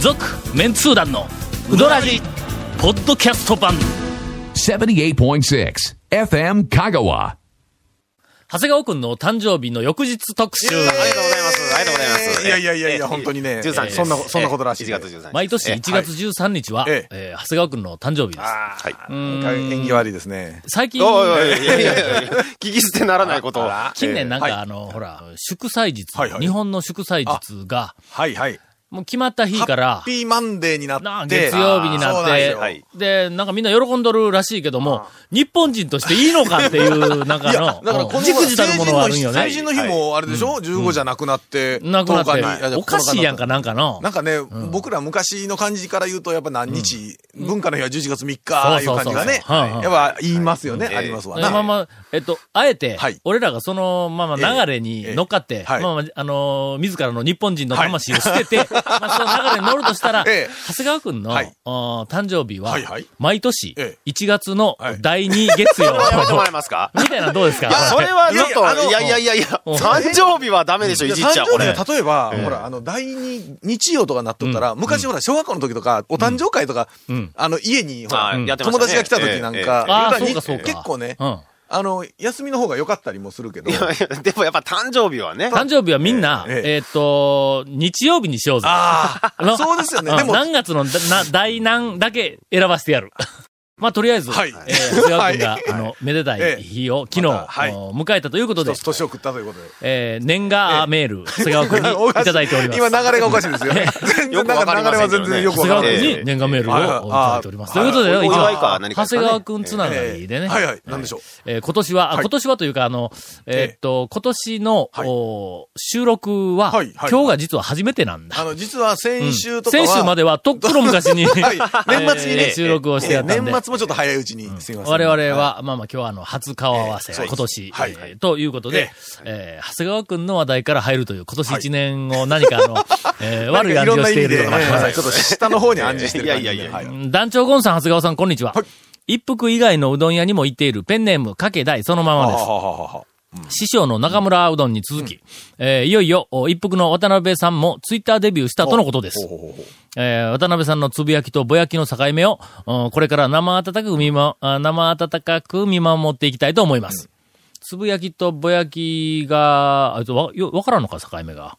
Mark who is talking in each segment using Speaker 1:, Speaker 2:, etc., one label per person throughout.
Speaker 1: 続メンツー団のウドラジポッドキャスト版
Speaker 2: 78.6 FM Kagawa.
Speaker 1: 長谷川君の誕生日の翌日特集
Speaker 3: ありがとうございます。ありがとうございます。
Speaker 4: いやいやいやいや
Speaker 3: ええ
Speaker 4: 本当にね
Speaker 3: 13日。
Speaker 4: そんなそんなことらしい
Speaker 3: 1月13日。
Speaker 1: 毎年
Speaker 3: ええ
Speaker 1: 1月13日は、
Speaker 4: え
Speaker 1: えー長谷川君の誕生日です
Speaker 3: はい。
Speaker 4: 演技悪いですね。
Speaker 1: 最近
Speaker 3: おいおいおいいやいやいや聞き捨てならないことを。
Speaker 1: 近年なん
Speaker 4: はい
Speaker 1: かあの、ほら、祝祭日、
Speaker 4: はいはい
Speaker 1: 日本の祝祭日が、
Speaker 4: はいはい。
Speaker 1: もう決まった日から
Speaker 4: ハッ、ピーマンデーにな
Speaker 1: なあ
Speaker 4: って。
Speaker 1: 月曜日にな
Speaker 4: そ
Speaker 1: っ
Speaker 4: うんです
Speaker 1: て
Speaker 4: よ
Speaker 3: はい
Speaker 1: で、なんかみんな喜んどるらしいけども、日本人としていいのかっていう、なんか
Speaker 4: いや、
Speaker 1: の、
Speaker 4: だからこの
Speaker 1: じくじたるものはあるんよ
Speaker 4: 成
Speaker 1: ね。
Speaker 4: 人の日もあれでしょ ?15 じゃなくなって。
Speaker 1: なくな
Speaker 4: 10日にいや
Speaker 1: って、おかしいやんか、。なんかの。
Speaker 4: なんかね、僕ら昔の感じから言うと、やっぱ何日、文化の日は11月3日、いう
Speaker 1: そう
Speaker 4: 感
Speaker 1: そうそう
Speaker 4: じがね、
Speaker 1: はい
Speaker 4: やっぱ言いますよね、
Speaker 3: はい
Speaker 4: ありますわ
Speaker 1: まあ
Speaker 4: な。
Speaker 1: まあ、えっと、あえて
Speaker 4: はい、
Speaker 1: 俺らがその、まあまあ流れ
Speaker 4: え
Speaker 1: に
Speaker 4: え
Speaker 1: 乗っかって、まあ
Speaker 4: はい
Speaker 1: まあ、あのー、自らの日本人の魂を捨 てて、まあその流れに乗るとしたら、
Speaker 4: ええ
Speaker 1: 長谷川くんの
Speaker 4: はい
Speaker 1: おー誕生日は
Speaker 4: はいはい、
Speaker 1: 毎年
Speaker 4: ええ、
Speaker 1: 1月の
Speaker 4: はい
Speaker 1: 第2月曜、
Speaker 3: やめてもらえますか
Speaker 1: みたいなのどうですか
Speaker 3: いや、それはちょっ
Speaker 4: いやいやあ
Speaker 3: と、
Speaker 4: の
Speaker 3: いやいやいやいや、
Speaker 1: うん
Speaker 3: 誕生日はダメでしょ、いじっちゃ
Speaker 4: 誕
Speaker 3: こ
Speaker 4: 生日
Speaker 3: れ。
Speaker 4: が例えば、ほら、あの、第二日曜とかなっとったら、昔ほら、小学校の時とか、お誕生会とか
Speaker 1: ん、
Speaker 4: あの、家に、ほ
Speaker 3: あ
Speaker 4: ら
Speaker 3: ー、やってましたね
Speaker 4: 友達が来た時なん
Speaker 3: ええ
Speaker 4: か、
Speaker 1: ああ、
Speaker 4: 言
Speaker 1: そううか
Speaker 4: た
Speaker 1: らそうか。
Speaker 4: 結構ね
Speaker 1: う、ん。
Speaker 4: あの、休みの方が良かったりもするけど、
Speaker 3: いやいや でもやっぱ誕生日はね。
Speaker 1: 誕生日はみんな、
Speaker 4: ええ
Speaker 1: えーっと、日曜日にしようぜ。
Speaker 4: あ
Speaker 1: の
Speaker 4: あ、そうですよね。
Speaker 1: うん
Speaker 4: でも、
Speaker 1: 何月のだな大難だけ選ばせてやる。 まあ、とりあえず、
Speaker 4: はい
Speaker 1: えー長谷川君が、あの、めでた
Speaker 4: え
Speaker 1: い
Speaker 4: え
Speaker 1: 日を昨日、
Speaker 4: またはい
Speaker 1: お迎えたということで
Speaker 4: 一、つ年を食ったということで。
Speaker 1: えー年賀メール、長谷川君に
Speaker 4: お
Speaker 1: い
Speaker 4: かしい
Speaker 1: ただいております。
Speaker 4: 今流れがおかしいですよね。全
Speaker 3: よ
Speaker 4: 然
Speaker 3: くわかりま
Speaker 4: なんか流れ
Speaker 3: せ
Speaker 4: は
Speaker 3: んけど
Speaker 4: 全
Speaker 3: ね
Speaker 4: 然よく
Speaker 1: 長谷川
Speaker 4: わかんない。
Speaker 1: 君
Speaker 3: え
Speaker 1: に年賀メール
Speaker 4: はいはい
Speaker 1: をいただいております。と
Speaker 4: あ
Speaker 1: いう
Speaker 4: ー
Speaker 1: ことで、
Speaker 3: お
Speaker 1: 一応
Speaker 3: 祝いか何か
Speaker 1: 長
Speaker 3: ですか
Speaker 1: 谷
Speaker 3: ね
Speaker 1: 川君つなが
Speaker 4: ええ
Speaker 1: りでね、
Speaker 4: はいはい。なんでしょう。
Speaker 1: えー今年は、あ
Speaker 4: はい
Speaker 1: 今年はというか、あの、えーっと、今年の、
Speaker 4: はい
Speaker 1: お収録は、
Speaker 4: はいはい
Speaker 1: 今日が実は初めてなんだ。
Speaker 4: あの、実は先週とかは、
Speaker 1: 先週まではとっくの昔に、
Speaker 4: はい年末にね
Speaker 1: えー収録をしてやったんで。
Speaker 4: 年末もちょっと早いうちに、すみません。
Speaker 1: 我々は、
Speaker 4: は
Speaker 1: まあまあ今日はあの、初顔合わせ、
Speaker 4: ええそうです
Speaker 1: 今年、
Speaker 4: はい
Speaker 1: えーということで、えー長谷川くんの話題から入るという、今年
Speaker 4: はい
Speaker 1: 一年を何 かあの、えー
Speaker 4: い、
Speaker 1: 悪い感じをしている
Speaker 4: なん
Speaker 1: と
Speaker 4: か
Speaker 1: か
Speaker 4: ろんな意味ではいはいちょっと下の方に暗示してる
Speaker 3: いや
Speaker 4: 感じ
Speaker 3: い
Speaker 4: で。
Speaker 3: やいやいや
Speaker 4: は。
Speaker 1: うん団長ゴンさん、長谷川さん、こんにちは。
Speaker 4: はい
Speaker 1: 一服以外のうどん屋にも行っているペンネーム、かけ大そのままです。
Speaker 4: はははは
Speaker 1: 師匠の中村うどんに続き、えーいよいよ、お一服の渡辺さんもツイッターデビューしたとのことです
Speaker 4: ほ。うほうほう
Speaker 1: えー渡辺さんのつぶやきとぼやきの境目を、うんこれから生温かく見ま、あ生温かく見守っていきたいと思います。つぶやきとぼやきが、あちょわ、よわからんのか、境目が。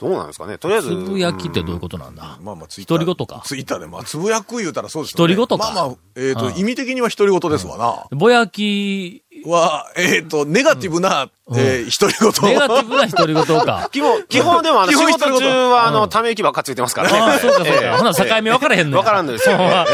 Speaker 3: どうなんですかねとりあえず。。
Speaker 1: つぶやきってどういうことなんだ
Speaker 4: まあまあ、ツイッ
Speaker 1: 独り言か
Speaker 4: ツイッターで、まあ、つぶやく言うたらそうですよね
Speaker 1: 独り言か
Speaker 4: まあまあ、えっと、意味的には独り言ですわな。
Speaker 1: ぼやき、
Speaker 4: は、えっと、ネガティブな、えー独り言。
Speaker 1: ネガティブな独り言か
Speaker 3: 基本、基本でもあの、
Speaker 4: 基
Speaker 3: 仕
Speaker 4: 本
Speaker 3: 事中はあの、ため息ばっかついてますからね。
Speaker 1: ああ、そうかそう
Speaker 3: ええ
Speaker 1: か。ほな、境目分からへんのや
Speaker 3: わからんのですよ
Speaker 1: ほま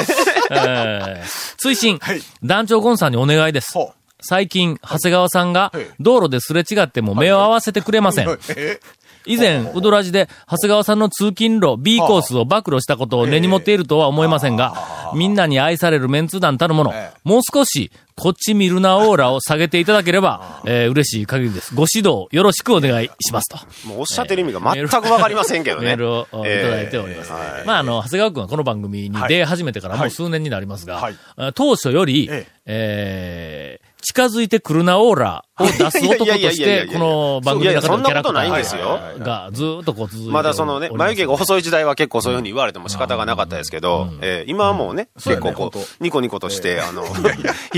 Speaker 1: えー推進
Speaker 4: はい、
Speaker 1: 団長ゴンさんにお願いです
Speaker 4: ほう。
Speaker 1: 最近、長谷川さんが
Speaker 4: はい
Speaker 1: 道路ですれ違っても目を合わせてくれません。
Speaker 4: え
Speaker 1: 以前、ウドラジで、長谷川さんの通勤路 B コースを暴露したことを根に持っているとは思いませんが、みんなに愛されるメンツ団たるもの
Speaker 4: ええ、
Speaker 1: もう少し、こっち見るなオーラを下げていただければ、えー嬉しい限りです。ご指導よろしくお願いしますと。
Speaker 3: もうおっしゃってる意味が全くわかりませんけどね。
Speaker 1: メールをいただいております。まあ、あの、長谷川くんはこの番組に出始めてからもう数年になりますが、
Speaker 4: はい
Speaker 1: あ当初より、え
Speaker 4: え
Speaker 1: ー近づいてくるなオーラを出す男と
Speaker 3: いやいや
Speaker 1: し
Speaker 3: いやいや
Speaker 1: て
Speaker 3: い、や
Speaker 1: この番組の中のキャラクタ
Speaker 3: いやいやそんなことないん
Speaker 1: ー
Speaker 3: ですよ
Speaker 1: がずーっとこう続いており
Speaker 3: まだそのね、眉毛が
Speaker 1: おります
Speaker 3: 細い時代は結構そういうふうに言われても仕方がなかったですけど、えー今はもうね、結
Speaker 4: そうやね
Speaker 3: 構こ
Speaker 4: ほん
Speaker 3: う、ニコニコとして、あの、 日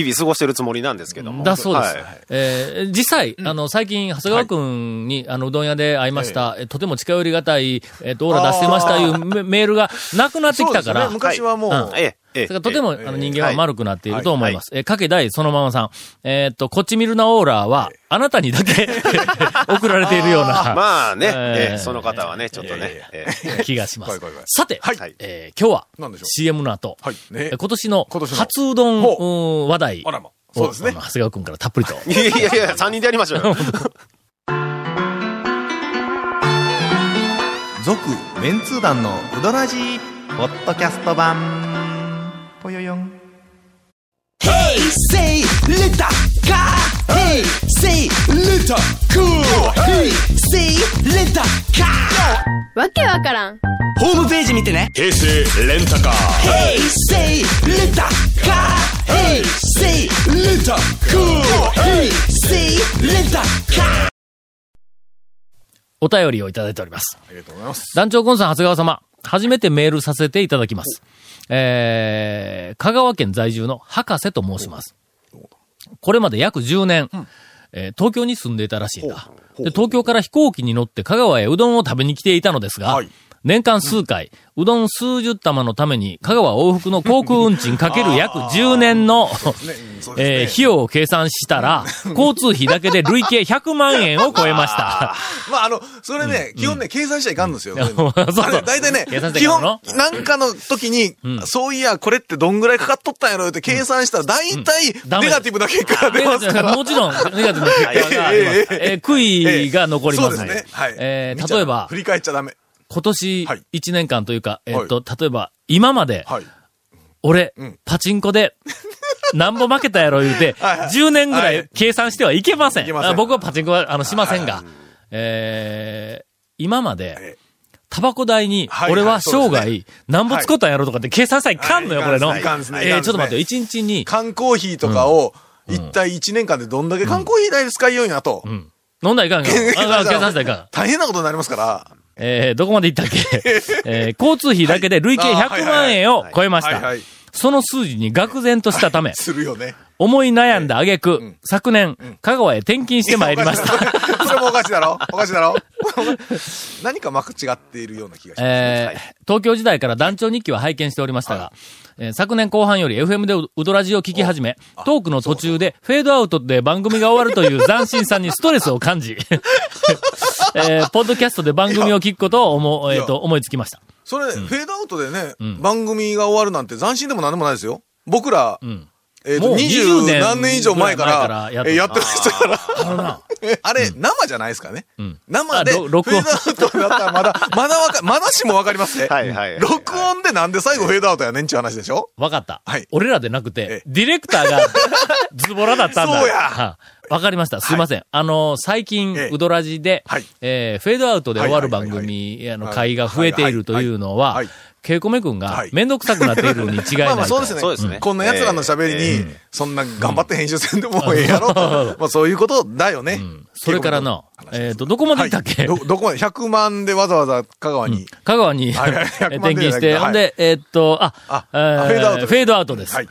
Speaker 3: 々過ごしてるつもりなんですけども。
Speaker 1: だそうです。
Speaker 3: はい
Speaker 1: えー実際、あの、最近、長谷川くんに、あの、うどん屋で会いました、えとても近寄りがたい、えっ、と、オーラ出してましたいうメメールがなくなってきたか
Speaker 4: そうです
Speaker 1: ら、
Speaker 4: ね昔はもう、
Speaker 1: はいうん
Speaker 3: ええ、ええ。
Speaker 1: だからとても、
Speaker 3: ええ
Speaker 1: あの人間は丸くなっていると思います。えー、かけ大そのままさん。えーっと、こっち見るなオーラは、あなたにだ け送られているような
Speaker 3: まあね、
Speaker 1: え
Speaker 3: え
Speaker 1: え
Speaker 3: えその方はね、ちょっと
Speaker 4: いやいや
Speaker 3: ね。ええ
Speaker 1: 気がしま
Speaker 4: は
Speaker 1: す
Speaker 4: いはいはい。
Speaker 1: さて、
Speaker 4: はい
Speaker 1: えー今日は
Speaker 4: なんでしょう
Speaker 1: CM の後、
Speaker 4: はいね
Speaker 1: えー今年の
Speaker 4: 今年の
Speaker 1: 初うどん
Speaker 4: ほ
Speaker 1: うん話題
Speaker 4: あらま。そうですね
Speaker 1: あの長谷川くんからたっぷりと。
Speaker 3: いやいやいや、3人でやりま しょうよ。
Speaker 5: 続メンツー団のウドラジーポッドキャスト版ぽよよん
Speaker 6: Say little car. Hey, say little cool. Hey, say little car.
Speaker 7: わけわからん
Speaker 6: ホームページ見てね。
Speaker 8: 平成レンタカー
Speaker 6: Hey, say little car. Hey, say little cool. Hey, say little car.
Speaker 1: お便りをいただいております。
Speaker 4: ありがとうございます。
Speaker 1: 団長コンさん、長谷川様、初めてメールさせていただきます。えー、香川県在住の博士と申します。これまで約10年、えー東京に住んでいたらしいんだ。で、東京から飛行機に乗って香川へうどんを食べに来ていたのですが、
Speaker 4: はい
Speaker 1: 年間数回、うどん数十玉のために香川往復の航空運賃かける約10年の、
Speaker 4: そうですね
Speaker 1: えー費用を計算したら、交通費だけで累計100万円を超えました。
Speaker 4: まあ、あの、それね、基本ね、計算しちゃいかんですよ。
Speaker 1: ん
Speaker 4: そういう の
Speaker 1: そうそう
Speaker 4: あれ大体ね
Speaker 1: 計算し、ちゃい
Speaker 4: 基
Speaker 1: かん
Speaker 4: 本
Speaker 1: の、
Speaker 4: なんかの時に、そういや、これってどんぐらいかかっとったんやろって計算したら、大体、
Speaker 1: ダメ
Speaker 4: ネガティブな結果が出ますから。
Speaker 1: もちろん、ネガティブな結果がありますえー悔いが残ります。
Speaker 4: そうですね。はい。
Speaker 1: えー
Speaker 4: 見ちゃ
Speaker 1: 例えば
Speaker 4: 振、り返っちゃダメ。
Speaker 1: 今年
Speaker 4: はい
Speaker 1: 1年間というか、えーっと、例えば、今まで、
Speaker 4: はい。
Speaker 1: 俺
Speaker 4: うん、
Speaker 1: パチンコで、なんぼ負けたやろ言うて、
Speaker 4: はいはい
Speaker 1: 10年ぐらい計算してはいけませ
Speaker 4: い
Speaker 1: ん。
Speaker 4: けません
Speaker 1: あ僕はパチンコは、あの、しませんが、えー今まで
Speaker 4: え、
Speaker 1: タバコ代に
Speaker 4: は、いはい
Speaker 1: 俺は
Speaker 4: そ
Speaker 1: 生
Speaker 4: うですね
Speaker 1: 涯、なんぼ使ったんやろとかって計算したらいかんのよ、
Speaker 4: は
Speaker 1: こ
Speaker 4: い
Speaker 1: れの。
Speaker 4: いかんですねい
Speaker 1: え
Speaker 4: か
Speaker 1: ー
Speaker 4: んですね
Speaker 1: ちょっと待って、1日に
Speaker 4: 缶コーヒーとかを、一体1年間でどんだけ缶コーヒー代で使いようになと、
Speaker 1: 飲んだらい かんよ。ああ計算したらいかん。
Speaker 4: 大変なことになりますから。
Speaker 1: えーどこまで行ったっ けえー交通費だけで累計
Speaker 4: はい
Speaker 1: 100万円を超えまし
Speaker 4: はいは
Speaker 1: た
Speaker 4: い。
Speaker 1: その数字に愕然としたた め、
Speaker 4: するよね。
Speaker 1: 思い悩んだ挙句、昨年、香川へ転勤してまいりまし
Speaker 4: いや
Speaker 1: た。
Speaker 4: おかしいそれそれもおかしいだろおかしいだろ 何かまく違っているような気がします。
Speaker 1: えー東京時代から団長日記は拝見しておりましたが、えー昨年後半より FM でウドラジを聞き始め、トークの途中でフェードアウトで番組が終わるという斬新さにストレスを感 じ、えーポッドキャストで番組を聞くことを思,、えー、と思いつきました。
Speaker 4: それ、フェードアウトでね、番組が終わるなんて斬新でも何でもないですよ。僕ら、えっ
Speaker 1: も
Speaker 4: と、
Speaker 1: う
Speaker 4: 二
Speaker 1: 20
Speaker 4: 十
Speaker 1: 年
Speaker 4: 何年以上前か
Speaker 1: ぐら
Speaker 4: ら
Speaker 1: い前から、やっ
Speaker 4: や
Speaker 1: て
Speaker 4: やってましたから。
Speaker 1: な
Speaker 4: あれ、生じゃないですかね。生で、
Speaker 1: あ
Speaker 4: フ
Speaker 1: ろ
Speaker 4: ェード
Speaker 1: 録音
Speaker 4: アウトだったらまだ、まだわか、まだしもわかりますね。
Speaker 3: はいはいはい
Speaker 4: 録音でなんで最後フェードアウトやねんちゅう話でしょ
Speaker 1: わかった。
Speaker 4: はい
Speaker 1: 俺らでなく
Speaker 4: え
Speaker 1: て
Speaker 4: え、
Speaker 1: ディレクタ ーがズボラだったんだ。
Speaker 4: そうや
Speaker 1: はいわかりました。すいません。あのー、最近
Speaker 4: ええ、
Speaker 1: ウドラジで
Speaker 4: はい、
Speaker 1: えーフェードアウトで終わる
Speaker 4: はい
Speaker 1: 番
Speaker 4: はいはいはい
Speaker 1: 組、あの、
Speaker 4: はい
Speaker 1: 会が増えているというのは
Speaker 4: はいはいはい、
Speaker 1: ケイコメ君が
Speaker 4: はい
Speaker 1: めんどくさくなっているに違い
Speaker 4: まあま
Speaker 1: な
Speaker 4: あ
Speaker 1: い
Speaker 4: そう
Speaker 1: と
Speaker 4: で。すね。
Speaker 3: そうですね
Speaker 4: こんな奴らの喋りに、そんな頑張って編集せんでもええやろ。まあそういうことだよね。
Speaker 1: それからな、えっと、どこまで行ったっけ
Speaker 4: はいど、どこまで ?100 万でわざわざ香川に。
Speaker 1: 香川に
Speaker 4: はいはい
Speaker 1: 転
Speaker 4: 100万
Speaker 1: 勤し
Speaker 4: で
Speaker 1: て、
Speaker 4: は
Speaker 1: ほ
Speaker 4: い
Speaker 1: んで、えーっと、あ、
Speaker 4: あ
Speaker 1: えー
Speaker 4: フェードアウトです
Speaker 1: フェードアウトです
Speaker 4: はい。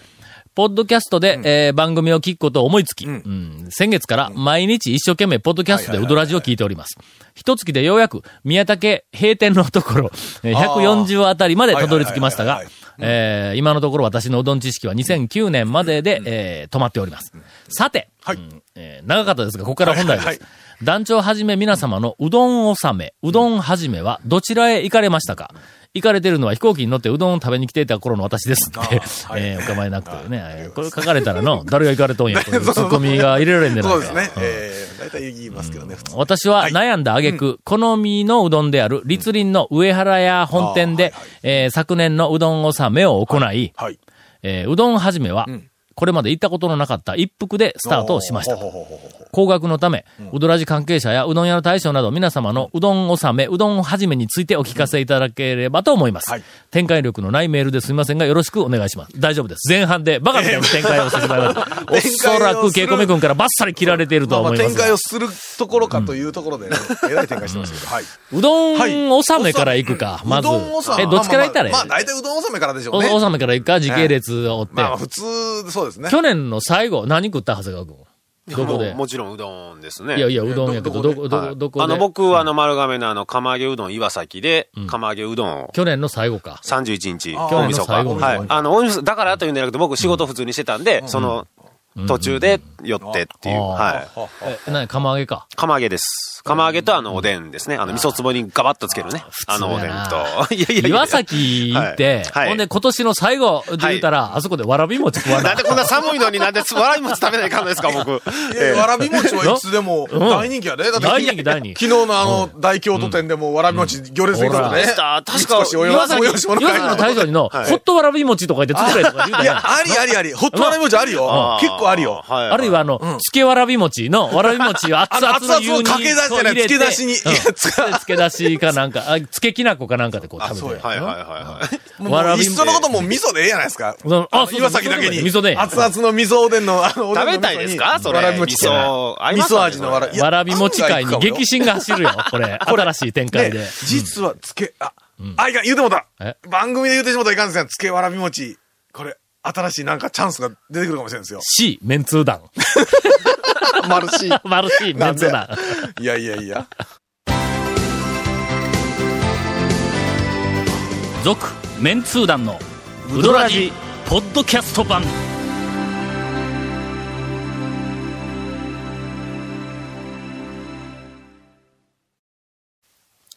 Speaker 1: ポッドキャストで、えー番組を聞くことを思いつき、
Speaker 4: ん
Speaker 1: うん先月から毎日一生懸命ポッドキャストでウドラジを聞いております。一月でようやく宮武閉店のところ、えー
Speaker 4: あー
Speaker 1: 140あたりまでたどり着きました
Speaker 4: は
Speaker 1: が
Speaker 4: いはい、
Speaker 1: えー今のところ私のうどん知識は2009年までで、えー止まっております。さて、
Speaker 4: はい
Speaker 1: うんえー長かったですが、ここから本題です。
Speaker 4: はいはいは
Speaker 1: 団長はじめ皆様のうどん納め、うどんはじめはどちらへ行かれましたか行かれてるのは飛行機に乗ってうどんを食べに来ていた頃の私ですって、えーお構いなくてね、えーこれ書かれたらの、誰が行かれとん や、というツッコミが入れられんでないか
Speaker 4: そうですね。えー大体言いますけどね、普通。
Speaker 1: 私は悩んだ挙句、好みのうどんである、立林の上原屋本店で、えー昨年のうどん納めを行い、
Speaker 4: はい。
Speaker 1: えーうどんはじめは、これまで行ったことのなかった一服でスタートをしました。高額のため、うどらじ関係者やうどん屋の大将など皆様のうどん納め、うどんはじめについてお聞かせいただければと思います。
Speaker 4: はい
Speaker 1: 展開力のないメールですみませんがよろしくお願いします。大丈夫です。前半でバカみたいな展開をしてしまい ました。おそらくケイコメ君からバッサリ切られていると
Speaker 4: ま
Speaker 1: は
Speaker 4: あまあ
Speaker 1: 思いま
Speaker 4: 展
Speaker 1: すが。
Speaker 4: 開をするところかというところでね、えらい展開してますけど。はい。
Speaker 1: うど
Speaker 4: は
Speaker 1: ん
Speaker 4: い
Speaker 1: 納めから行くか、まず
Speaker 4: うどん納。め
Speaker 1: え、どっちから行ったらいい
Speaker 4: まあまあまあ、大体うどん納めからでしょうね。
Speaker 1: お納めから行くか、時系列を追って。
Speaker 4: まあまあ、普通、そうですね。
Speaker 1: 去年の最後、何食った長谷川君。どこ
Speaker 3: も
Speaker 1: で
Speaker 3: うもちろんうどんですね。
Speaker 1: いやいや、うどんやけど、どこ、ど
Speaker 3: は
Speaker 1: こ、
Speaker 3: い
Speaker 1: どこ
Speaker 3: あ
Speaker 1: で
Speaker 3: の、僕はあの、丸亀のあの、釜揚げうどん岩崎で、釜揚げうどんを。
Speaker 1: 去年の最後か。
Speaker 3: 31日、
Speaker 4: あー
Speaker 1: 今
Speaker 3: 大晦日。
Speaker 1: 日の最後の
Speaker 3: はい。あの、大晦日、だからというんじゃなくて、僕仕事普通にしてたんで、その、途中で寄ってっていう。
Speaker 1: うん
Speaker 3: はい。
Speaker 1: え、なに、釜揚げか。
Speaker 3: 釜揚げです。釜揚げとあの、おでんですね。あの、味噌壺にガバッとつけるね。あの、おでんと。 いやいやいや。
Speaker 1: 岩崎行って、
Speaker 3: はいはい
Speaker 1: ほんで今年の最後で言うたら、あそこでわらび餅食わな
Speaker 3: ないん。でこんな寒いのになんで 笑い餅食べないかんのですか、僕。
Speaker 4: いやわらび餅はいつ でも大人気やね。だって、
Speaker 1: 大人気大人気
Speaker 4: 昨日のあの、大京都店でもわらび餅行列できたね
Speaker 3: うんほら。確か
Speaker 4: 三 越お
Speaker 1: 岩
Speaker 4: 山
Speaker 1: 崎、
Speaker 4: お
Speaker 1: 岩崎の
Speaker 4: 山下の会
Speaker 1: 大将にの、ホットわらび餅とか言って作れとか言うた や
Speaker 4: いや
Speaker 1: ん、。
Speaker 4: ありありあり。ホットわらび餅あるよ。結構はあるよ。
Speaker 3: はい。
Speaker 1: あるいは、あの、漬けわらび餅の、わらび餅を熱
Speaker 4: あの
Speaker 1: 々の
Speaker 4: 熱
Speaker 1: 湯に
Speaker 4: 々をかけ出し
Speaker 1: こう
Speaker 4: じゃない
Speaker 1: 入れて
Speaker 4: 漬け出しに
Speaker 1: うん
Speaker 4: いやつが
Speaker 1: 漬け出しかなんか、あ漬けきなこかなんかでこう食べて。
Speaker 4: そうや
Speaker 3: はいはいはいはい。
Speaker 4: もう、いっそのこともう味噌でええやないですか。
Speaker 1: うんあ
Speaker 4: の
Speaker 1: そうそう
Speaker 4: 岩崎だけに。
Speaker 1: 味噌で
Speaker 4: 熱々の味噌おでんの、あの、おでん
Speaker 3: 食
Speaker 4: の味噌に
Speaker 3: べたいですかそれ。
Speaker 4: わらび
Speaker 3: 味
Speaker 4: 餅じゃない
Speaker 3: 噌、合い
Speaker 4: 味
Speaker 3: ます
Speaker 4: 噌
Speaker 3: かね
Speaker 4: 味のわら
Speaker 3: こ
Speaker 4: い
Speaker 3: れ
Speaker 4: や
Speaker 1: わらび餅界
Speaker 4: 案外
Speaker 1: に
Speaker 4: いくかもよ
Speaker 1: 激震が走るよ、こ れ。新しい展開で
Speaker 4: ね。実は、つけ、あ、あ、いかん、言うてもうた
Speaker 1: え。。
Speaker 4: 番組で言うてしもうたらいかんですね。つけわらび餅。これ、新しいなんかチャンスが出てくるかもしれんですよ
Speaker 1: C、メンツー 団。
Speaker 4: マル シー。
Speaker 1: マル C、メンツー団。
Speaker 4: いやいやいや。
Speaker 1: 続、メンツー団の、ウドラジ、ポッドキャスト版。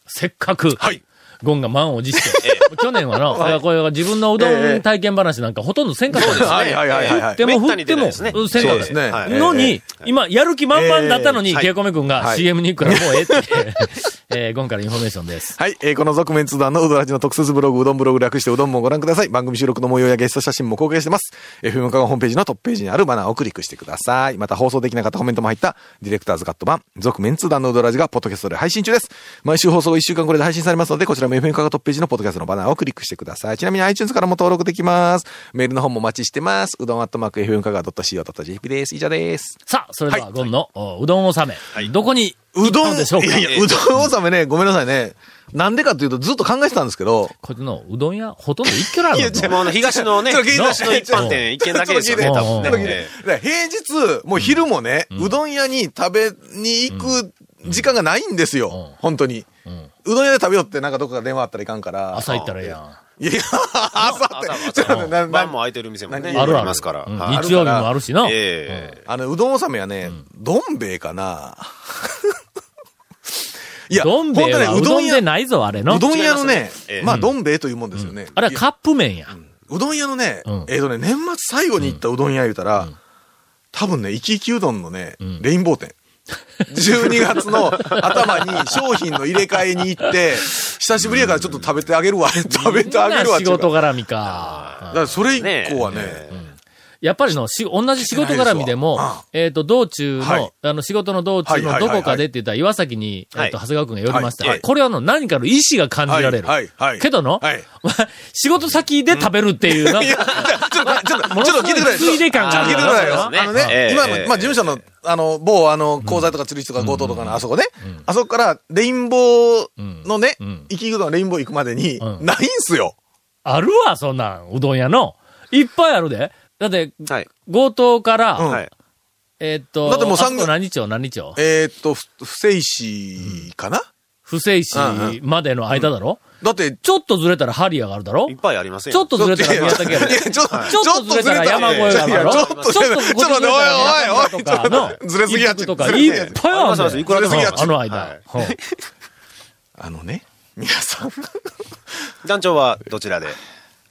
Speaker 1: せっかく、
Speaker 4: はい。
Speaker 1: ゴンが満を持 して、去年はな、これは自分のうどん体験話なんかほとんどせんかったんですよ。
Speaker 4: はいはいはいはいは
Speaker 1: 振
Speaker 4: い
Speaker 1: っ。ても
Speaker 3: めっ
Speaker 1: 振
Speaker 3: た
Speaker 1: っ
Speaker 3: に
Speaker 1: て
Speaker 3: 出
Speaker 1: も、う
Speaker 3: ない
Speaker 1: ん
Speaker 3: ですね
Speaker 1: せんか
Speaker 4: そ
Speaker 1: った
Speaker 4: うで
Speaker 1: です
Speaker 4: すね。
Speaker 3: はい
Speaker 1: の
Speaker 4: ええ、
Speaker 1: に、今、やる気満々だったのに、
Speaker 4: ええ
Speaker 1: ケイコメ君が
Speaker 4: はい
Speaker 1: CM に行くからもうええって、 えー、ゴンからインフォメーションです。
Speaker 4: はい、えーこの続面通談のうどらじの特設ブログ、うどんブログ略してうどんもご覧ください。番組収録の模様やゲスト写真も公開してます。FM カガホームページのトップページにあるバナーをクリックしてください。また放送できなかったコメントも入った、ディレクターズカット版、続面通談のうどらじがポッドキャストで配信中です。毎週放送が1週間これで配信されますので、こちらも FM カガトップページのポッドキャストのバナーをクリックしてください。ちなみに iTunes からも登録できます。メールの方もお待ちしてます。うどんアットマーク FM カガ .co.jp です。以上です。
Speaker 1: さあ、それではゴンの、おうどん納め、どこに行
Speaker 4: う
Speaker 1: っ
Speaker 4: ど
Speaker 1: た
Speaker 4: ん、
Speaker 1: んでしょうか
Speaker 4: いやいや、うどん納めね、ごめんなさいね。なんでかというとずっと考えてたんですけど、
Speaker 1: こっちのうどん屋、ほとんど一挙なの
Speaker 4: いや
Speaker 3: でもあの、東のね、
Speaker 4: ちょっと聞いて
Speaker 3: 東の一般店、一軒だけですよね、
Speaker 1: ちょっと
Speaker 3: 多
Speaker 1: 聞いてちょ
Speaker 3: 分
Speaker 1: っと聞いて
Speaker 3: ね。
Speaker 4: だから平日、もう昼もね、うどん屋に食べに行く時間がないんですよ。
Speaker 1: うん
Speaker 4: 本当に、うどん屋で食べようってなんかどこか電話あったらいかんから。
Speaker 1: 朝行ったらええやん。
Speaker 4: いやいや、朝って
Speaker 3: 朝も、
Speaker 4: ちょっと待ってなな
Speaker 3: 晩も空いてる店もね、
Speaker 4: 何
Speaker 1: あるあ
Speaker 3: り
Speaker 1: る。
Speaker 3: ますから。
Speaker 1: うん
Speaker 3: はい
Speaker 1: 日曜日もあるしな。
Speaker 3: ええ。
Speaker 4: あの、うどん納めはね、どん兵衛 かな。いや、
Speaker 1: どん兵衛は
Speaker 4: 本
Speaker 1: う
Speaker 4: 当
Speaker 1: どん
Speaker 4: ね、うどん屋、
Speaker 1: でないぞ、あれの。
Speaker 4: うどん屋のね、
Speaker 3: ええ
Speaker 4: まあ、どん兵衛というもんですよね。
Speaker 1: あれはカップ麺や。
Speaker 4: うどん屋のね、
Speaker 1: うん
Speaker 4: えっ、とね、年末最後に行ったうどん屋言うたら、多分ね、いきいきうどんのね、レインボ ー店。12月の頭に商品の入れ替えに行って、久しぶりやからちょっと食べてあげるわ、食べてあげるわって
Speaker 1: みん
Speaker 4: い
Speaker 1: な
Speaker 4: う
Speaker 1: 仕事
Speaker 4: か。
Speaker 1: 絡みか。
Speaker 4: だからそれ以降はね、
Speaker 1: やっぱりの、し、同じ仕事絡みでも
Speaker 4: してないですわ、
Speaker 1: えっ、と、道中の、
Speaker 4: はい
Speaker 1: あの、仕事の道中のどこかでって言ったら、岩崎に、えっ、
Speaker 3: はい
Speaker 1: と、長谷川くんが寄りました。
Speaker 4: はいはい
Speaker 1: これはの、何かの意思が感じられる。
Speaker 4: はいはいはい
Speaker 1: けどの、
Speaker 4: はい
Speaker 1: 仕事先で食べるっていう、なん
Speaker 4: いや、
Speaker 1: か、
Speaker 4: ちょっと、ちょっと、ちょっと聞いてくれ。
Speaker 1: ついで感
Speaker 4: ちょっ
Speaker 1: がある
Speaker 4: と聞いてくださいよ。
Speaker 3: そうですね
Speaker 4: あのね、
Speaker 3: ええ
Speaker 4: 今の、
Speaker 3: ええ
Speaker 4: まあ、事務所の、あの、某、あの、講座とか釣り師とか強盗とかのあそこね、あそこから、レインボーのね
Speaker 1: うん、
Speaker 4: 行き行くのレインボー行くまでに、
Speaker 1: うん
Speaker 4: ないんすよ。
Speaker 1: あるわ、そんなん、うどん屋の。いっぱいあるで。だって、
Speaker 3: はい。
Speaker 1: 強盗から、
Speaker 4: うん
Speaker 3: はい。
Speaker 1: えっ、と、
Speaker 4: だってもう
Speaker 1: あそ
Speaker 4: 産
Speaker 1: こ
Speaker 4: 業
Speaker 1: 何町何町
Speaker 4: えーっと、ふ不正市かな
Speaker 1: 不正市
Speaker 4: うん
Speaker 1: までの間だろ、
Speaker 4: だって、
Speaker 1: ちょっとずれたらハリアがあるだろ
Speaker 3: いっぱいありますよ。
Speaker 1: ちょっとずれた
Speaker 4: いや
Speaker 1: ら宮崎やろ
Speaker 4: いやちょっと
Speaker 1: ちょっとずれたら山越えだ
Speaker 4: いや
Speaker 1: ろ
Speaker 4: ちょっとずれたら、ちょっと待って、おいおいおい、ちょっと待ってずれすぎやっち
Speaker 1: とか、
Speaker 4: ずれ
Speaker 1: い
Speaker 4: すぎや
Speaker 1: っぱいある
Speaker 3: ありますありますいくらで
Speaker 4: もある
Speaker 1: あの間
Speaker 3: は。
Speaker 1: ほう
Speaker 4: あのね、皆さん、
Speaker 3: 団長はどちらで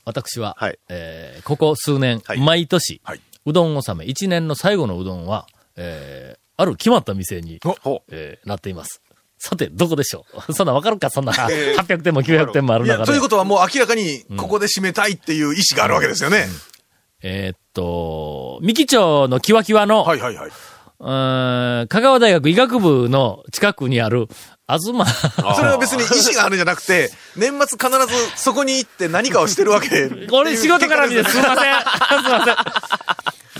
Speaker 1: 私は
Speaker 3: はい、
Speaker 1: えーここ数年
Speaker 3: は、い
Speaker 1: 毎年
Speaker 4: はい、
Speaker 1: うどん納め、一年の最後のうどんは、えーある決まった店に、
Speaker 3: ほう。
Speaker 1: えーなっています。さて、どこでしょう そんなんわかるかそんな、800点も900点もある
Speaker 4: いや
Speaker 1: 中
Speaker 4: と
Speaker 1: で
Speaker 4: いう。ことはもう明らかに、ここで締めたいっていう意思があるわけですよね。
Speaker 1: えーっと、三木町のキワキワの、
Speaker 4: はいはいはい。
Speaker 1: うーん香川大学医学部の近くにある、東、
Speaker 4: それは別に意思があるんじゃなく て、年末必ずそこに行って何かをしてるわけ。
Speaker 1: これ仕事絡みです。すいません。すいません。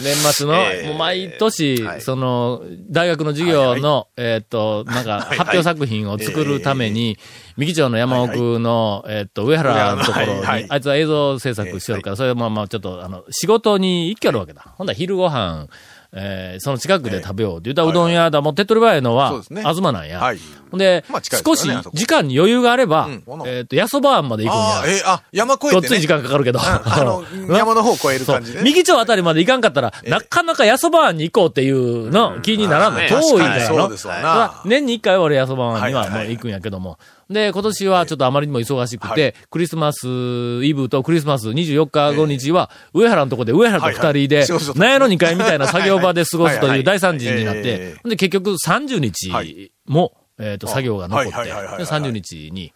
Speaker 1: 年末の、
Speaker 3: えー
Speaker 1: もう毎年、
Speaker 3: はい
Speaker 1: その、大学の授業の、えーっと、なんか、発表作品を作るために、三木町の山奥の、えーっと、上原のところに、
Speaker 4: 上原のはいはい
Speaker 1: あいつは映像制作しよるから、それまあまあ、ちょっと、あの、仕事に行きよるわけだ。ほんだら昼ご飯、えーその近くで食べようって言ったらうどん屋だ。もう手っ取り早いのは、
Speaker 4: そうですね
Speaker 1: 東なんや。
Speaker 4: はい
Speaker 1: ほんで、
Speaker 4: まあ近いで
Speaker 1: 少
Speaker 4: す
Speaker 1: し
Speaker 4: からねあそこ
Speaker 1: 時間に余裕があれば、
Speaker 4: うんほな
Speaker 1: えーっと、やそば庵まで行くんや
Speaker 4: あ。あ、えーあ、山越
Speaker 1: ご
Speaker 4: え
Speaker 1: っつ
Speaker 4: て
Speaker 1: い時
Speaker 4: ね。
Speaker 1: 間かかるけど。
Speaker 4: あ の、山の方越える感じ
Speaker 1: そう
Speaker 4: ね。
Speaker 1: 右町あたりまで行かんかったら、なかなかやそばに行こうっていうの、気にならんの。
Speaker 3: うん
Speaker 1: 遠いん
Speaker 3: 確
Speaker 1: だ
Speaker 3: かに
Speaker 1: よ
Speaker 4: そ
Speaker 1: な
Speaker 4: うですわ
Speaker 1: だから
Speaker 4: な。
Speaker 1: 年に一回は俺やそばに
Speaker 4: はい
Speaker 1: は
Speaker 4: はい
Speaker 1: も
Speaker 4: は
Speaker 1: う
Speaker 4: い
Speaker 1: 行くんやけども。で、今年はちょっとあまりにも忙しくて、クリスマスイブとクリスマス24日後日は、上原のとこで上原と二人
Speaker 4: はいは
Speaker 1: で
Speaker 4: いそうそう、
Speaker 1: 納屋の2階みたいな作業場で過ごすと
Speaker 4: は
Speaker 1: いう
Speaker 4: いはい
Speaker 1: 大惨事になっ
Speaker 4: え
Speaker 1: て
Speaker 4: え、
Speaker 1: で、結局30
Speaker 4: は
Speaker 1: 日も、えっ、と、作業が残って、
Speaker 4: はいはいはいはいは
Speaker 1: で
Speaker 4: い
Speaker 1: 30日に、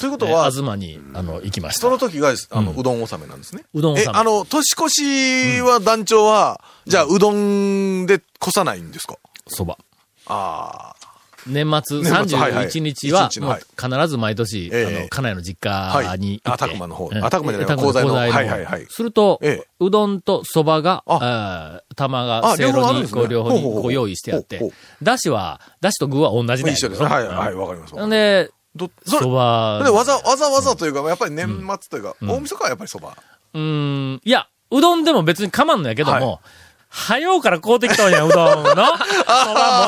Speaker 4: ということ
Speaker 1: え
Speaker 4: は、
Speaker 1: ー東に、あの、行きました
Speaker 4: そ。の時が、あの、うどん納めなんですね。
Speaker 1: うどん納め
Speaker 4: え、あの、年越しは団長は、じゃあ、うどんで越さないんですか
Speaker 1: そば。
Speaker 4: あ
Speaker 1: 年末
Speaker 4: 年末はいはい
Speaker 1: 31日は
Speaker 4: 一、日の
Speaker 1: もう必ず毎年、
Speaker 4: ええ
Speaker 1: あの、家内の実家に行
Speaker 4: はいあ
Speaker 1: って。
Speaker 4: 宅間の方
Speaker 1: ええ
Speaker 4: あ宅間じゃない
Speaker 1: ええ宅
Speaker 4: 高座の
Speaker 1: 高座
Speaker 4: はいはいはい
Speaker 1: すると
Speaker 4: ええ、
Speaker 1: うどんと蕎麦が、
Speaker 4: あ
Speaker 1: あー玉が、
Speaker 4: あ
Speaker 1: せい
Speaker 4: 両方
Speaker 1: ろ
Speaker 4: あるん
Speaker 1: に、
Speaker 4: です
Speaker 1: こ
Speaker 4: ね
Speaker 1: う、両方
Speaker 4: ほうほうほ
Speaker 1: に
Speaker 4: う
Speaker 1: こう用意してあって
Speaker 4: ほうほ、
Speaker 1: だしは、だしと具は同じ
Speaker 4: あ、
Speaker 1: で。
Speaker 4: 一緒ですね。はい、はい、わかります。わかりま
Speaker 1: で、
Speaker 4: すどそ
Speaker 1: 蕎
Speaker 4: れ
Speaker 1: 麦。
Speaker 4: で、わざ、わざわざというか、やっぱり年末というか、大晦日はやっぱりそば。
Speaker 1: うーん、いや、うどんでも別にかまんのやけど
Speaker 4: は
Speaker 1: も、早うから買うてきたんや、うど んの。そばも。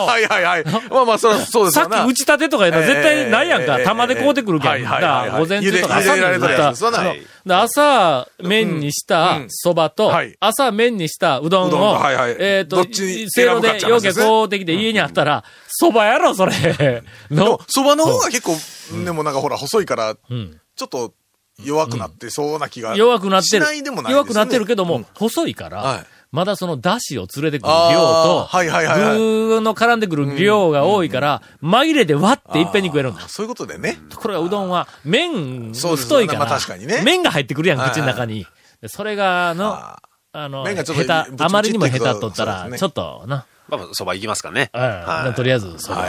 Speaker 4: はいはいはい。まあまあ、それはそうです
Speaker 1: さ
Speaker 4: よ
Speaker 1: っ
Speaker 4: ね。
Speaker 1: き打ち立てとかいうのは絶対ないやん
Speaker 4: え
Speaker 1: か。
Speaker 4: えええ
Speaker 1: 玉で凍ってくるけ
Speaker 4: はい
Speaker 1: ん。だ
Speaker 4: はい
Speaker 1: か
Speaker 4: はい
Speaker 1: ら
Speaker 4: はい
Speaker 1: 午前中とか
Speaker 4: 茹で
Speaker 1: 朝に
Speaker 4: 茹でられ
Speaker 1: 打
Speaker 4: た
Speaker 1: っ
Speaker 4: やつ
Speaker 1: た。
Speaker 4: ですわな
Speaker 1: そうだ朝、麺にした
Speaker 4: うん
Speaker 1: そばと
Speaker 4: はい、
Speaker 1: 朝麺にしたうどん
Speaker 4: うどん
Speaker 1: を
Speaker 4: とはいはい、
Speaker 1: えっ
Speaker 4: ど
Speaker 1: と
Speaker 4: っち、に
Speaker 1: せいろ
Speaker 4: 選ぶかっ
Speaker 1: で
Speaker 4: ちゃ
Speaker 1: よう
Speaker 4: 話
Speaker 1: け
Speaker 4: ですね
Speaker 1: 凍ってきて家にあったら、そばや ろ、それ。
Speaker 4: で
Speaker 1: の
Speaker 4: も、。そばの方が結構、でもなんかほら、細いから、ち
Speaker 1: ん
Speaker 4: ょっと弱くなってそうな気が。
Speaker 1: 弱くなってる
Speaker 4: しないでもないですね。
Speaker 1: 弱くなってるけども、
Speaker 4: うん
Speaker 1: 細いから、
Speaker 4: はい
Speaker 1: まだその出汁を連れてくる量と、
Speaker 4: あーはいはいはいはい
Speaker 1: 具の絡んでくる量が多いから、紛れで割っていっぺんに食えるんだ
Speaker 4: あー。そういうことでね。
Speaker 1: ところがうどんは麺
Speaker 4: そうです
Speaker 1: 太いから、
Speaker 4: まあ確かにね
Speaker 1: 麺が入ってくるやん、
Speaker 4: はい
Speaker 1: 口の中に。でそれが、の、あ
Speaker 4: あ
Speaker 1: の、
Speaker 4: 麺
Speaker 1: 下
Speaker 4: がちょっと
Speaker 1: 手、あまりにも下手取った
Speaker 4: そう
Speaker 1: ら、
Speaker 4: ですね
Speaker 1: ちょっとな、
Speaker 3: まあ、そば行きますかね。
Speaker 1: うん
Speaker 3: はい
Speaker 1: とりあえず、それは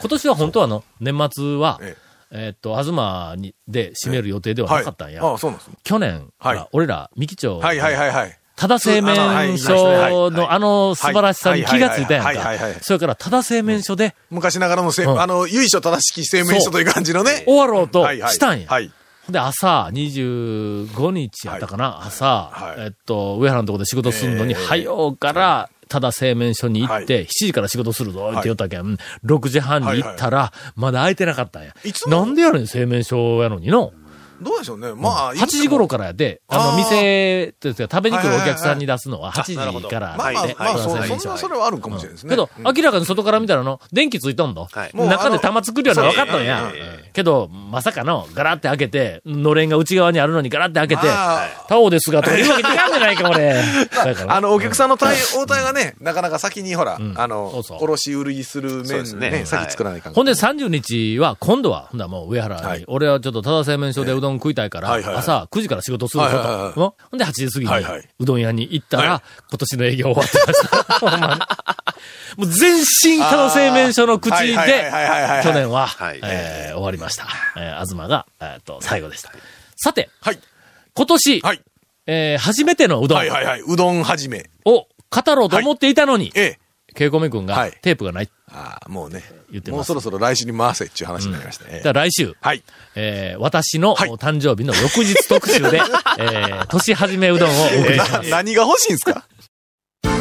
Speaker 1: 今年は本当はあの、年末は
Speaker 4: え、
Speaker 1: えーっと、東に、で締める予定ではなかったんや。
Speaker 4: はいああ、そうなんですね。
Speaker 1: 去年、
Speaker 4: はい
Speaker 1: 俺ら、三木町、
Speaker 4: はいはいはいはい。
Speaker 1: ただ製麺所のあの素晴らしさに気がついたやん
Speaker 4: はいはいはいはいはいはい
Speaker 1: か
Speaker 4: は。い
Speaker 1: それから、ただ製麺所で
Speaker 4: 昔ながらのせ、
Speaker 1: うん
Speaker 4: あの、由緒正しき生命書という感じのね。
Speaker 1: 終わろうと
Speaker 4: はいはい
Speaker 1: したんや。
Speaker 4: はい。
Speaker 1: ほんで、朝、25日やったかな、朝、
Speaker 4: はい
Speaker 1: えっと、上原のところで仕事するのに、早うから、ただ製麺所に行って、
Speaker 4: は
Speaker 1: 7時から仕事するぞって言ったけん、6時半に行ったら、まだ空いてなかったんや
Speaker 4: い。つも
Speaker 1: なんでやねん、製麺所やのにの。
Speaker 4: どうでしょうね。まあ、
Speaker 1: 8時頃からやで、あの、
Speaker 4: あー
Speaker 1: 店、というか食べに来るお
Speaker 4: はいはい
Speaker 1: 客
Speaker 4: はい
Speaker 1: さんに出すのは8
Speaker 3: なるほ
Speaker 1: 時
Speaker 3: ど
Speaker 1: から
Speaker 4: まあまあ
Speaker 1: で、
Speaker 4: まあ、
Speaker 1: ただ
Speaker 4: そ
Speaker 1: 製
Speaker 4: う
Speaker 1: 麺
Speaker 4: そ
Speaker 1: 所
Speaker 4: ん
Speaker 1: は
Speaker 4: な、それはあるかもしれないですね。
Speaker 1: けど、
Speaker 4: うん
Speaker 1: 明らかに外から見たらの、電気ついとんの、
Speaker 3: はい
Speaker 4: もう
Speaker 1: 中で
Speaker 4: あの
Speaker 1: 玉作るようなの分かっとんや
Speaker 3: そうえええええ。
Speaker 1: けど、まさかの、ガラって開けて、のれんが内側にあるのにガラって開けて、
Speaker 4: あ
Speaker 1: タオですが、とか言うわけ違うんじゃないか、 俺。だから
Speaker 4: あの、お客さんの対応対がね、なかなか先にほら、
Speaker 1: ん
Speaker 4: あ
Speaker 1: そう
Speaker 4: の
Speaker 1: そう、
Speaker 4: おろし売りする
Speaker 3: そうで
Speaker 4: 面
Speaker 3: すね
Speaker 4: ね、
Speaker 3: は
Speaker 4: 先
Speaker 3: い
Speaker 4: 作らない感じ。
Speaker 1: ほんで30日は、今度は、ほんだらもう上原に、
Speaker 4: はい
Speaker 1: 俺はちょっとただ製麺所でうどん食いたいから、
Speaker 4: はいはいはい
Speaker 1: 朝9時から仕事するぞと。
Speaker 4: はいはいはい
Speaker 1: ほんで8時過
Speaker 4: は
Speaker 1: ぎ
Speaker 4: い
Speaker 1: に
Speaker 4: はい、
Speaker 1: うどん屋に行ったら、
Speaker 4: は
Speaker 1: 今年の営業終わってました。 ほんまに。もう全身ただ製麺所の口で、
Speaker 4: あーはいはいはいはいはい
Speaker 1: 去年は、
Speaker 3: はい
Speaker 1: えー終わりました。えー、東が、えーっと、最後でした。さて、
Speaker 4: はい。
Speaker 1: 今年、
Speaker 4: はい。
Speaker 1: えー初めてのうどん
Speaker 4: はいはいはい。うどんはじめ。
Speaker 1: を語ろうと思っていたのに、
Speaker 4: ええ。
Speaker 1: ケイコメ君
Speaker 4: は
Speaker 1: が
Speaker 4: い
Speaker 1: テープがない。
Speaker 4: ああ、もうね
Speaker 1: 言っ。てます
Speaker 4: もうそろそろ来週に回せっていう話になりましたね。え
Speaker 1: だ
Speaker 4: え
Speaker 1: から来週、
Speaker 4: はい。
Speaker 1: えー私の
Speaker 4: はい
Speaker 1: 誕生日の翌日特集 で、えー年始めうどんをお送りしま
Speaker 4: な何が欲しいんですか
Speaker 1: す。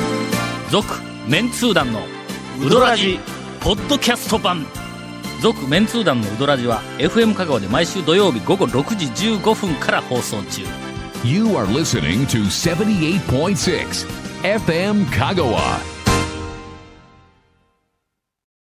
Speaker 1: 続、メンツー団のウドラジ、ポッドキャスト版。続、メンツー団のウドラジは、FM 香川で毎週土曜日午後6時15分から放送中。
Speaker 2: You are listening to 78.6 FM Kagawa.